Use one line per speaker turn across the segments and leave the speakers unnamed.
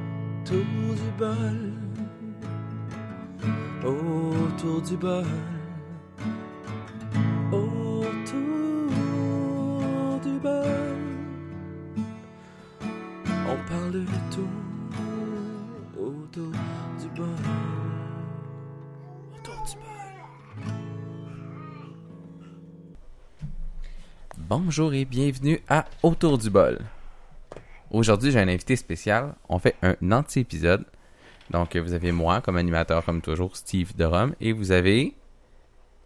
autour du bol, autour du bol, autour du bol. On parle de tout autour du bol, autour du bol.
Bonjour et bienvenue à Autour du bol. Aujourd'hui, j'ai un invité spécial. On fait un anti-épisode. Donc, vous avez moi comme animateur, comme toujours, Steve de Rome, et vous avez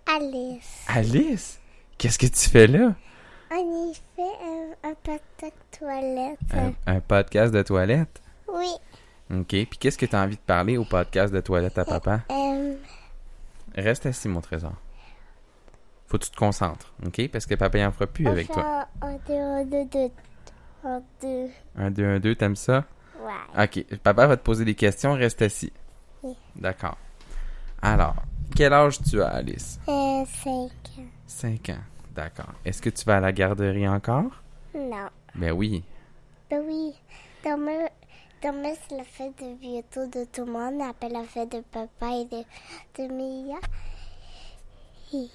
Alice,
Alice. Qu'est-ce que tu fais là?
on y fait un, euh, un patin de toilette.
Un, un podcast de toilette.
Oui.
Ok. Puis qu'est-ce que tu as envie de parler au podcast de toilette à papa?
Euh,
Reste assis, mon trésor. Faut que tu te concentres, ok? Parce que papa, il en fera plus
on
avec
fait
toi.
un- Un, deux, un, deux, deux, un, deux.
Un, deux, un, deux, t'aimes ça?
Ouais.
Ok, papa va te poser des questions, reste assis.
Oui.
D'accord. Alors, quel âge tu as, Alice?
Euh, cinq.
Cinq ans. D'accord. Est-ce que tu vas à la garderie encore?
Non.
Ben oui.
Ben oui. Demain, demain c'est la fête de bientôt de tout le monde. Après la fête de papa et de, de Mia. Et,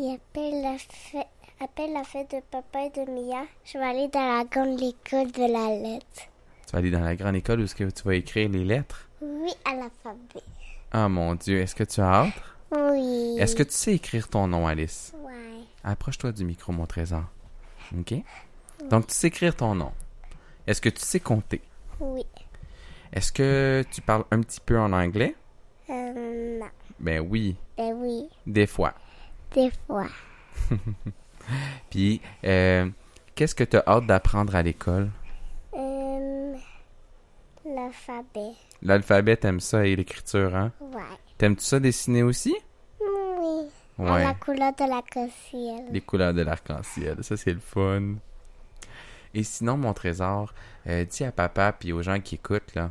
et après, la fête, après la fête de papa et de Mia, je vais aller dans la grande école de la lettre.
Tu vas aller dans la grande école où est-ce que tu vas écrire les lettres?
Oui, à l'alphabet.
Ah mon Dieu, est-ce que tu as hâte?
Oui.
Est-ce que tu sais écrire ton nom, Alice?
Ouais.
Approche-toi du micro, mon trésor. OK? Donc, tu sais écrire ton nom. Est-ce que tu sais compter?
Oui.
Est-ce que tu parles un petit peu en anglais?
Euh, non.
Ben oui,
Ben oui.
des fois.
Des fois.
Puis, euh, qu'est-ce que tu as hâte d'apprendre à l'école?
Euh, l'alphabet.
L'alphabet, t'aimes ça et l'écriture, hein?
Ouais.
T'aimes-tu ça dessiner aussi?
Oui. À
Ouais.
la couleur de la cossière.
Les couleurs de l'arc-en-ciel, ça c'est le fun. Et sinon, mon trésor, euh, dis à papa puis aux gens qui écoutent, là,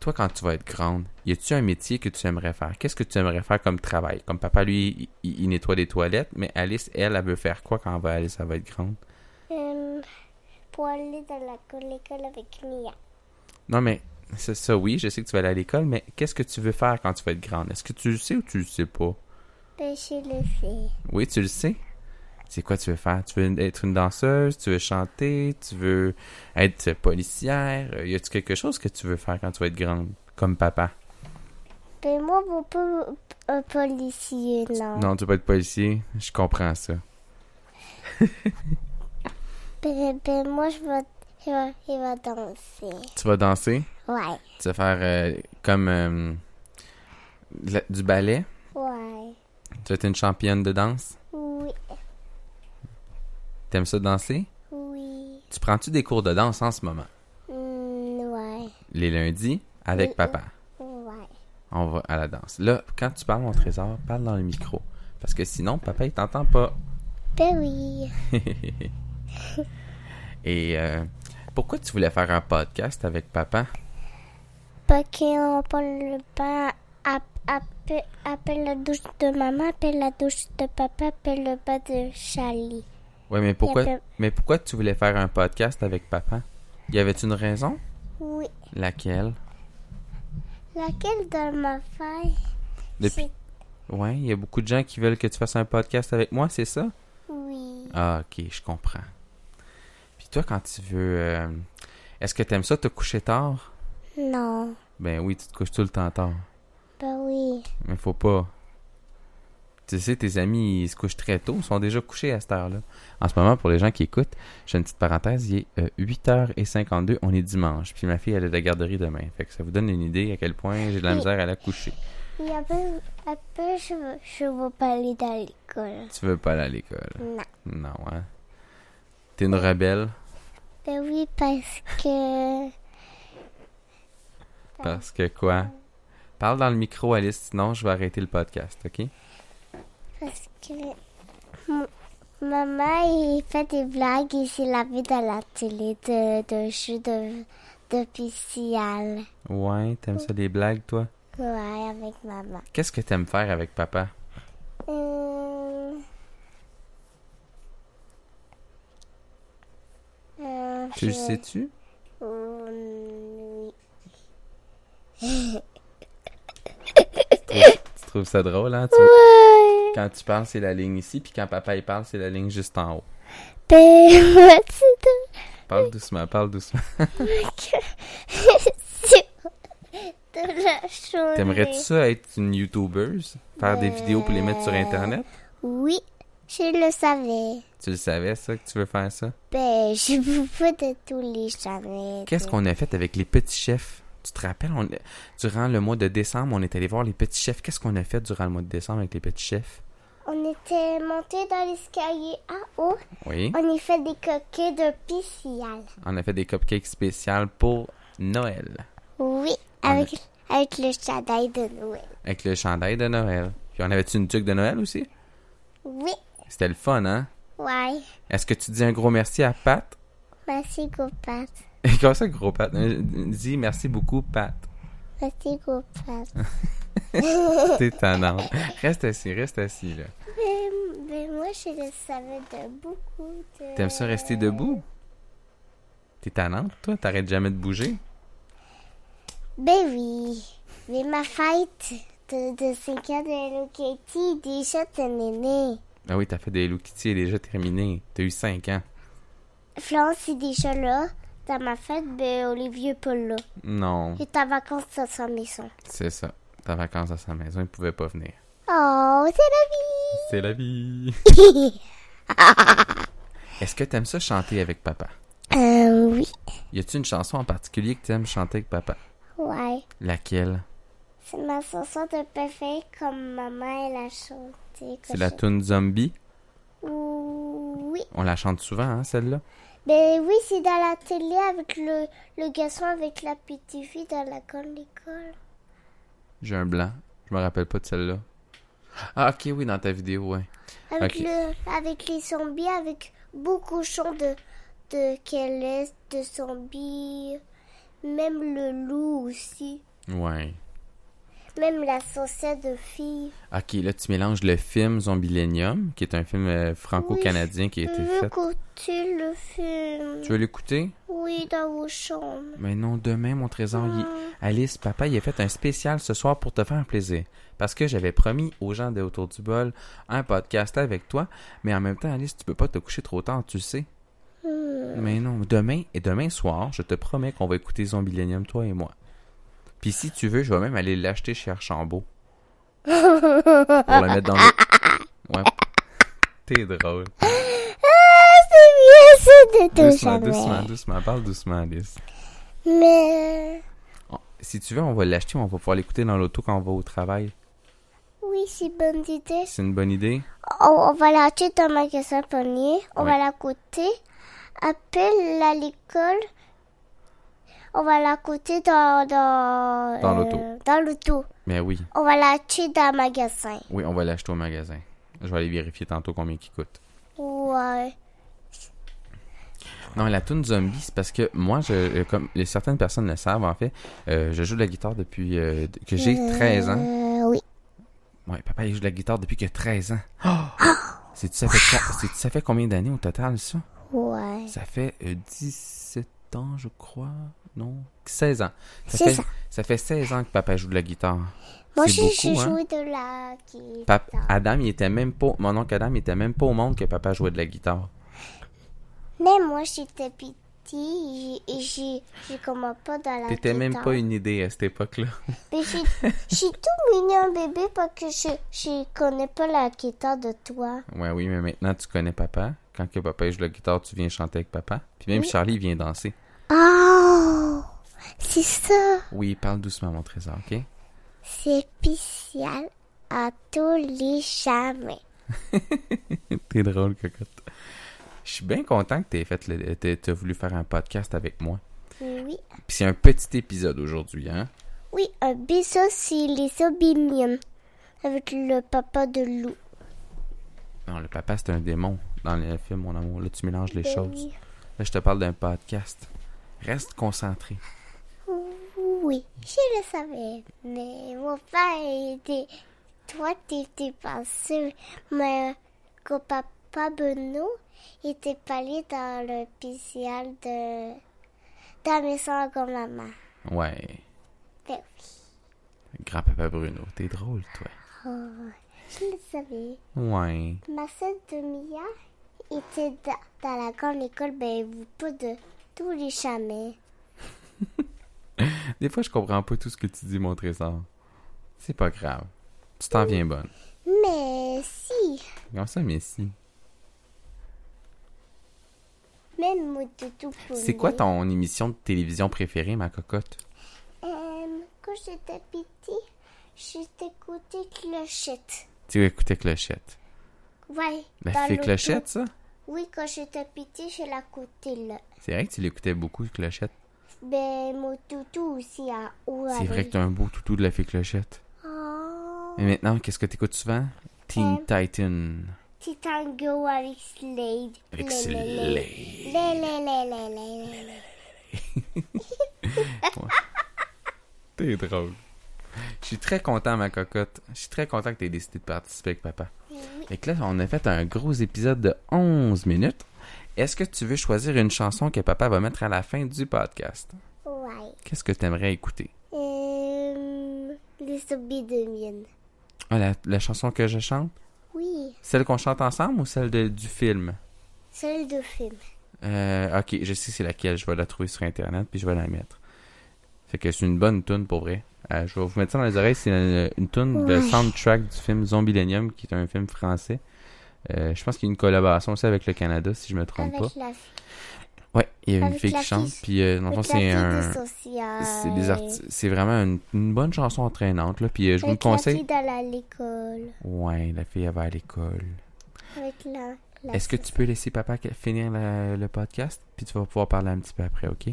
toi quand tu vas être grande, y a-tu un métier que tu aimerais faire? Qu'est-ce que tu aimerais faire comme travail? Comme papa, lui, il, il nettoie des toilettes, mais Alice, elle, elle veut faire quoi quand elle va, Alice, elle va être grande?
Euh, pour aller dans la cour- l'école avec Mia.
Non, mais c'est ça, oui, je sais que tu vas aller à l'école, mais qu'est-ce que tu veux faire quand tu vas être grande? Est-ce que tu le sais ou tu le sais pas?
Pêcher Ben, le fait.
Oui, tu le sais. C'est quoi tu veux faire? Tu veux être une danseuse? Tu veux chanter? Tu veux être policière? Euh, Y a-tu quelque chose que tu veux faire quand tu vas être grande? Comme papa.
Ben moi, vous pas un policier, non.
Non, tu veux pas être policier? Je comprends ça.
Ben, ben moi, je vais, je vais, je vais danser.
Tu vas danser?
Ouais.
Tu vas faire euh, comme euh, la- du ballet?
Ouais.
Tu vas être une championne de danse?
Oui.
T'aimes ça danser?
Oui.
Tu prends-tu des cours de danse en ce moment?
Hmm, ouais.
Les lundis? Avec
Oui.
papa.
Ouais.
On va à la danse. Là, quand tu parles mon trésor, parle dans le micro. Parce que sinon, papa, il t'entend pas.
Ben oui.
Et euh, pourquoi tu voulais faire un podcast avec papa?
Pas qu'on prend le bain ap- ap- après la douche de maman, après la douche de papa, après le bain de Charlie.
Ouais, mais pourquoi,
Il y avait-
mais pourquoi tu voulais faire un podcast avec papa? Y avait une raison?
Oui.
Laquelle?
Laquelle de ma faille
Depuis... Ouais, il y a beaucoup de gens qui veulent que tu fasses un podcast avec moi, c'est ça?
Oui.
Ah, ok, je comprends. Puis toi, quand tu veux... euh, Est-ce que t'aimes ça te coucher tard?
Non.
Ben oui, tu te couches tout le temps tard.
Ben oui.
Mais faut pas. Tu sais, tes amis, ils se couchent très tôt, ils sont déjà couchés à cette heure-là. En ce moment, pour les gens qui écoutent, j'ai une petite parenthèse, il est euh, 8h52, on est dimanche. Puis ma fille, elle est à la garderie demain. Fait que ça vous donne une idée à quel point j'ai de la misère à la coucher.
Et après, après je, veux- je veux pas aller dans l'école.
Tu veux pas aller à l'école?
Non.
Non, hein? T'es une rebelle?
Ben oui, parce que.
Parce que quoi? Parle dans le micro, Alice, sinon je vais arrêter le podcast, OK?
Parce que. m- Maman, il fait des blagues et c'est la vie dans la télé de, de jeux de, de PCL.
Ouais, t'aimes ça les blagues, toi?
Ouais, avec maman.
Qu'est-ce que t'aimes faire avec papa?
Euh... Euh,
Tu le
je-
sais-tu?
Euh, oui.
Tu trouves ça drôle, hein? Tu-
Ouais.
Quand tu parles, c'est la ligne ici, puis quand papa il parle, c'est la ligne juste en haut.
Ben, merci de...
Parle doucement, parle doucement.
de la journée.
T'aimerais-tu ça être une YouTubeuse? Faire des vidéos pour les mettre sur Internet?
Oui, je le savais.
Tu le savais, ça, que tu veux faire ça?
Ben, je vous veux de tous les channels.
Qu'est-ce qu'on a fait avec les petits chefs? Tu te rappelles, on- durant le mois de décembre, on est allé voir les petits chefs. Qu'est-ce qu'on a fait durant le mois de décembre avec les petits chefs?
On était monté dans l'escalier en haut.
Oui.
On y fait des coquets de pisciale.
On a fait des cupcakes spéciales pour Noël.
Oui,
Ah,
avec, avec le chandail de Noël.
Avec le chandail de Noël. Puis on avait-tu une tuque de Noël aussi?
Oui,
C'était le fun, hein?
ouais.
Est-ce que tu dis un gros merci à Pat?
Merci, Gopat.
Comment ça, gros Pat? Euh, Dis merci beaucoup, Pat.
Merci, Gopat.
Ah. T'es tannante. Reste assis, reste assis, là.
mais, mais Ben, moi, je le savais de beaucoup de...
T'aimes ça rester debout? T'es tannante, toi? T'arrêtes jamais de bouger?
Ben oui. Mais ma fête de, de 5 ans de Hello Kitty, déjà, t'es née.
Ah oui, t'as fait des Hello Kitty, elle est déjà terminée. T'as eu 5 ans.
Florence est déjà là. Dans ma fête, ben, Olivier pas là.
Non,
Et ta vacance, ça sera maison.
c'est ça. Ta vacances à sa maison, il pouvait pas venir.
Oh, c'est
C'est la vie.
la vie!
Est-ce que t'aimes ça chanter avec papa?
euh, oui.
Y a-tu une chanson en particulier que t'aimes chanter avec papa?
Ouais.
Laquelle?
C'est ma chanson de préférée comme maman elle a chanté.
C'est la tune Zombie.
Oui.
On la chante souvent, hein, celle-là?
Ben oui, c'est dans la télé avec le, le garçon avec la petite fille dans la grande école.
J'ai un blanc. Je me rappelle pas de celle-là. Ah, ok, oui, dans ta vidéo, ouais.
Avec,
Ok.
le, avec les zombies, avec beaucoup de chants de, de Kélès, de zombies, même le loup aussi,
Ouais.
même la saucette de fille.
Ok, là, tu mélanges le film Zombilenium, qui est un film euh, franco-canadien qui a été
Je veux
fait.
écouter le film.
Tu veux l'écouter?
Oui, dans vos chambres.
Mais non, demain, mon trésor. il- Alice, papa, il a fait un spécial ce soir pour te faire plaisir. Parce que j'avais promis aux gens de Autour du bol un podcast avec toi, mais en même temps, Alice, tu peux pas te coucher trop tard, tu sais. Mais non, demain et demain soir, je te promets qu'on va écouter Zombilenium, toi et moi. Puis si tu veux, je vais même aller l'acheter chez Archambault. pour le mettre dans le... Ouais. T'es drôle.
C'est bien, c'est de deux
Doucement,
jamais.
doucement, doucement. Parle doucement, Alice.
Mais
On- Si tu veux, on va l'acheter, on va pouvoir l'écouter dans l'auto quand on va au travail.
oui, c'est bonne idée.
C'est une bonne idée?
On, on va l'acheter dans le magasin panier. On
Ouais.
va la coûter. Appelle à l'école. On va la coûter dans dans euh,
Dans l'auto.
Dans l'auto.
Mais oui,
On va l'acheter dans le magasin.
oui, on va l'acheter au magasin. Je vais aller vérifier tantôt combien il coûte.
Ouais.
Non, la tune zombie, c'est parce que moi, je, euh, comme les- certaines personnes le savent, en fait, euh, je joue de la guitare depuis euh, de- que j'ai 13 ans.
Euh, oui.
Ouais, papa, il joue de la guitare depuis que 13 ans. C'est-tu ça, fait quoi- c'est-tu ça fait combien d'années au total, ça?
Ouais.
Ça fait euh, 17 ans, je crois. Non, 16 ans. Ça
C'est
fait,
ça.
ça fait 16 ans que papa joue de la guitare.
Moi,
C'est
j'ai j'ai
beaucoup, hein?
joué de la guitare.
Pap- Adam, il était même pas... Mon oncle Adam, il était même pas au monde que papa jouait de la guitare.
Mais moi, j'étais petit et j'ai j'ai commencé pas dans la
T'étais même
guitare.
pas une idée à cette époque-là.
Mais j'ai j'ai tout mignon bébé parce que je, je connais pas la guitare de toi.
Ouais, oui, mais maintenant tu connais papa. Quand que papa joue la guitare, tu viens chanter avec papa. Puis même Charlie vient danser.
Oh, c'est ça.
Oui, parle doucement, mon trésor, ok?
C'est spécial à tous les jamais.
T'es drôle, cocotte. Je suis bien content que t'aies fait le- t'aies- t'as voulu faire un podcast avec moi.
Oui,
Puis c'est un petit épisode aujourd'hui, hein?
oui, un bisou c'est les Obinions avec le papa de loup.
Non, le papa, c'est un démon dans le film, mon amour. Là, tu mélanges les
Ben
choses.
oui.
Là, je te parle d'un podcast. Reste concentré.
Oui, je le savais, mais mon père était... Toi, t'étais pas sûr, mais que papa Benoît était pas allé dans le piscial de... dans la maison à grand-maman.
Ouais.
Ben
Grand-papa Bruno, t'es drôle, toi.
oui. Oh, je le savais.
Ouais.
Ma sœur de Mia était da- dans, la grande école, ben vous pas de tous les chemins.
Des fois, je comprends pas tout ce que tu dis, mon trésor. C'est pas grave. Tu t'en viens bonne.
Mais si,
Comme ça, mais si.
même mot de tout pour
C'est quoi ton émission de télévision préférée, ma cocotte?
Euh, quand j'étais petite, j'écoutais Clochette.
Tu écoutais Clochette.
Ouais.
La
dans
fée
l'auto.
Clochette, ça?
Oui, quand j'étais petite, je l'écoutais là.
C'est vrai que tu l'écoutais beaucoup, Clochette.
Ben, mon toutou aussi à haut.
C'est vrai que t'as un beau toutou de la fée Clochette.
Oh,
Mais maintenant, qu'est-ce que t'écoutes souvent? Teen Titan.
petit tango avec Slade.
Avec
Lé, lé, lé.
Slade.
Lé, lé, lé, lé, lé, lé, lé.
T'es drôle. Je suis très content, ma cocotte. Je suis très content que t'aies décidé de participer avec papa. Fait que là, on a fait un gros épisode de 11 minutes. Est-ce que tu veux choisir une chanson que papa va mettre à la fin du podcast?
Ouais.
Qu'est-ce que t'aimerais écouter?
Euh, les zombies de mienne.
Ah, la, la chanson que je chante?
Oui,
Celle qu'on chante ensemble ou celle de- du film?
celle de film.
Euh, ok, je sais c'est laquelle. Je vais la trouver sur Internet puis je vais la mettre. Fait que c'est une bonne tune pour vrai. Euh, je vais vous mettre ça dans les oreilles. C'est une, une tune de
Ouais.
soundtrack du film Zombielenium qui est un film français. Euh, je pense qu'il y a une collaboration aussi avec le Canada, si je me trompe
Avec
pas.
la fille.
Ouais, il y a une
avec
fille
la
qui chante,
fille-
puis euh, dans le fond,
Avec
c'est
la fille
un.
de social.
C'est des arti- C'est vraiment une, une bonne chanson entraînante, là. Puis euh, je vous le
Avec la
conseille.
fille d'aller à l'école.
Ouais, la fille, elle va à l'école.
Avec la. la
Est-ce que tu peux laisser papa ca- finir la- le podcast? Puis tu vas pouvoir parler un petit peu après, OK?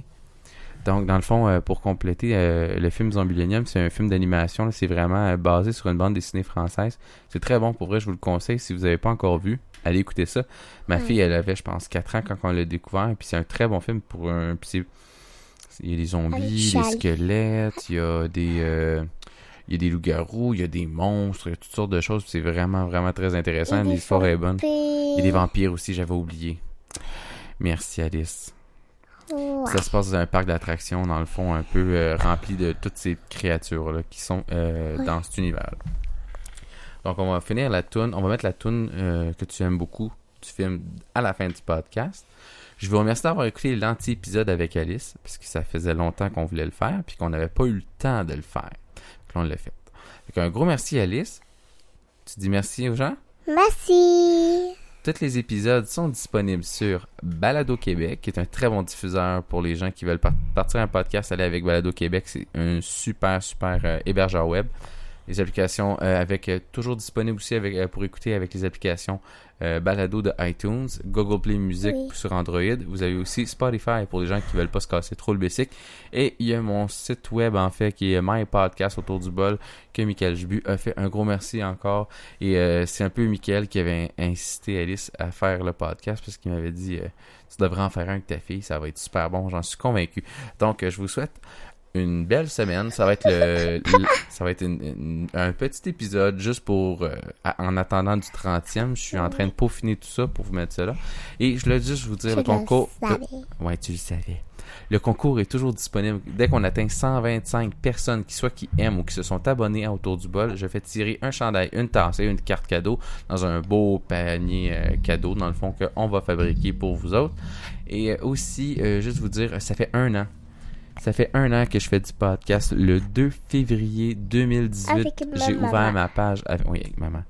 Donc, dans le fond, euh, pour compléter, euh, le film Zombielenium, c'est un film d'animation. là, C'est vraiment euh, basé sur une bande dessinée française. C'est très bon, pour vrai, je vous le conseille. Si vous n'avez pas encore vu, allez écouter ça. Ma
Ouais.
fille, elle avait, je pense, 4 ans quand on l'a découvert. Puis c'est un très bon film pour un... Puis c'est- c'est- il y a des
Avec
zombies, des
Charlie.
squelettes, il y a des... euh, il y a des loups-garous, il y a des monstres, il y a toutes sortes de choses. puis C'est vraiment, vraiment très intéressant.
Et des
L'histoire est bonne. Et les
P.
vampires aussi, j'avais oublié. Merci Alice.
Ouais.
Ça se passe dans un parc d'attractions, dans le fond, un peu euh, rempli de toutes ces créatures-là qui sont euh,
Ouais.
dans cet univers. Donc on va finir la toune. On va mettre la toune euh, que tu aimes beaucoup du film à la fin du podcast. Je vous remercie d'avoir écouté l'anti-épisode avec Alice, parce que ça faisait longtemps qu'on voulait le faire, puis qu'on n'avait pas eu le temps de le faire. Donc on l'a fait. Donc un gros merci Alice. Tu dis merci aux gens?
Merci.
Tous les épisodes sont disponibles sur Balado Québec, qui est un très bon diffuseur pour les gens qui veulent par- partir un podcast, aller avec Balado Québec. C'est un super, super euh, hébergeur web. Les applications euh, avec euh, toujours disponibles aussi avec, euh, pour écouter avec les applications euh, Balado de iTunes, Google Play Music
Oui.
sur Android. Vous avez aussi Spotify pour les gens qui veulent pas se casser trop le basic. Et il y a mon site web en fait qui est My Podcast autour du bol que Michael Jubu a fait. Un gros merci encore et euh, c'est un peu Mickaël qui avait incité Alice à faire le podcast parce qu'il m'avait dit euh, Tu devrais en faire un avec ta fille, ça va être super bon, j'en suis convaincu. Donc euh, je vous souhaite une belle semaine. Ça va être le, le- ça va être une- une- un petit épisode juste pour euh, à- en attendant du 30e. Je suis en train de peaufiner tout ça pour vous mettre cela. Et je voulais juste vous dire
Je
le
le
concours. de-
savais.
Ouais, tu le savais. Le concours est toujours disponible. Dès qu'on atteint 125 personnes, qui soit qui aiment ou qui se sont abonnées à Autour du bol, je fais tirer un chandail, une tasse et une carte cadeau dans un beau panier euh, cadeau, dans le fond, qu'on va fabriquer pour vous autres. Et euh, aussi, euh, juste vous dire, ça fait un an. Ça fait un an que je fais du podcast. Le 2 février 2018,
Avec ma
j'ai
maman.
ouvert ma page. avec- oui, avec maman.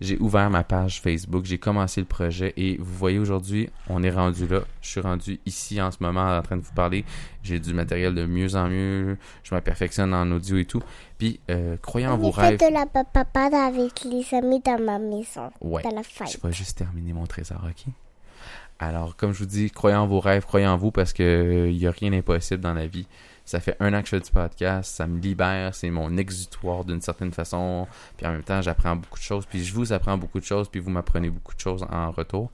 J'ai ouvert ma page Facebook, j'ai commencé le projet et vous voyez aujourd'hui, on est rendu là. Je suis rendu ici en ce moment en train de vous parler. J'ai du matériel de mieux en mieux. Je me perfectionne en audio et tout. Puis, euh, croyez en
On
vos
a fait
rêves.
de la papapada avec les amis dans ma maison.
Ouais.
Dans la
Je
fête.
vais juste terminer mon trésor, ok? Alors, comme je vous dis, croyez en vos rêves, croyez en vous parce que il n'y a rien d'impossible dans la vie. Ça fait un an que je fais du podcast, ça me libère, c'est mon exutoire d'une certaine façon. Puis en même temps, j'apprends beaucoup de choses, puis je vous apprends beaucoup de choses, puis vous m'apprenez beaucoup de choses en retour.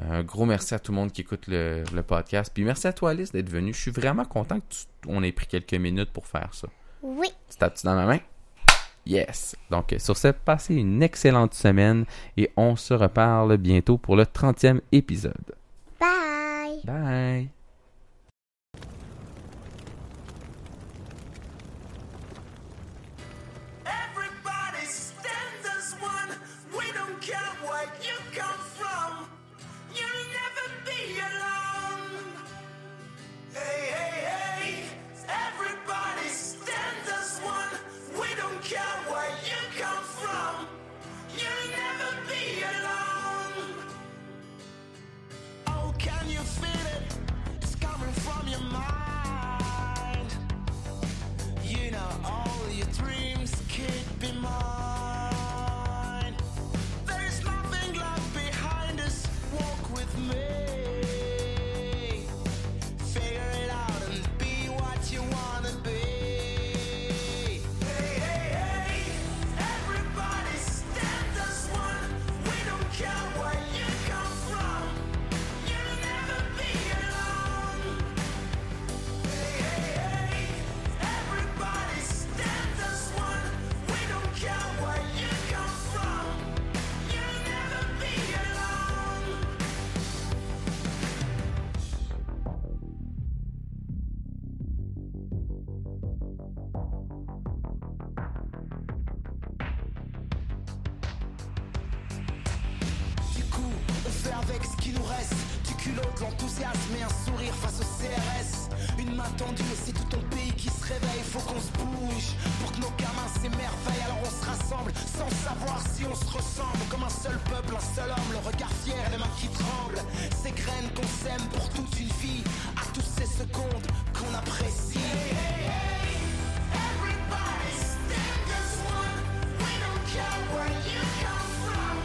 Euh, Un gros merci à tout le monde qui écoute le, le podcast. Puis merci à toi, Alice, d'être venue. Je suis vraiment content qu'on ait pris quelques minutes pour faire ça.
Oui.
Tu tapes-tu dans la main? Yes! Donc, euh, sur ce, passez une excellente semaine et on se reparle bientôt pour le 30e épisode.
Bye.
Bye!
Oh,
qui nous reste Du culot, de l'enthousiasme et un sourire face au CRS Une main tendue et c'est tout ton pays qui se réveille Faut qu'on se bouge pour que nos gamins s'émerveillent Alors on se rassemble sans savoir si on se ressemble Comme un seul peuple, un seul homme, le regard fier, les mains qui tremblent Ces graines qu'on sème pour toute une vie À tous ces secondes qu'on apprécie
Everybody stand as one. We don't care where you come from.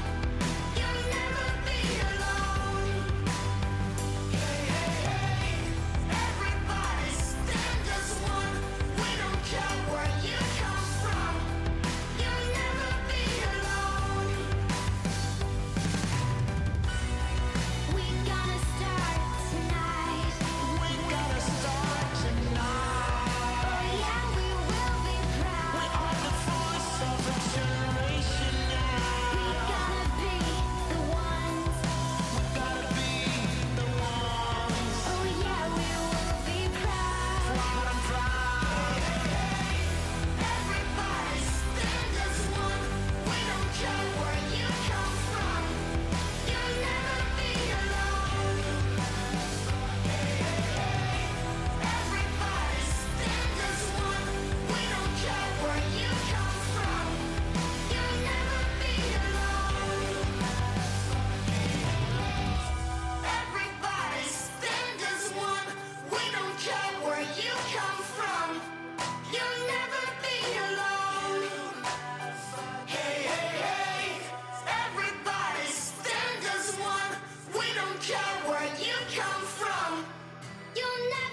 You'll never be alone. Hey hey hey. Everybody stand as one. We don't care where you come from. You'll never be alone. We gonna start tonight.
We gotta start tonight
Oh yeah, we will be
We
proud.
are the voice of a generation now
We gonna be the ones.
Gotta be the ones
Oh yeah, we will be proud.
Proud and proud
Everybody stand as one. We don't care where you come from. You'll never be alone. Everybody stand as one. We don't care where you come from. You'll never be alone. Everybody stand as one. We don't care where you come from. You'll never be alone. Hey, hey, hey. Everybody stand as one. We don't care where you come from. You'll never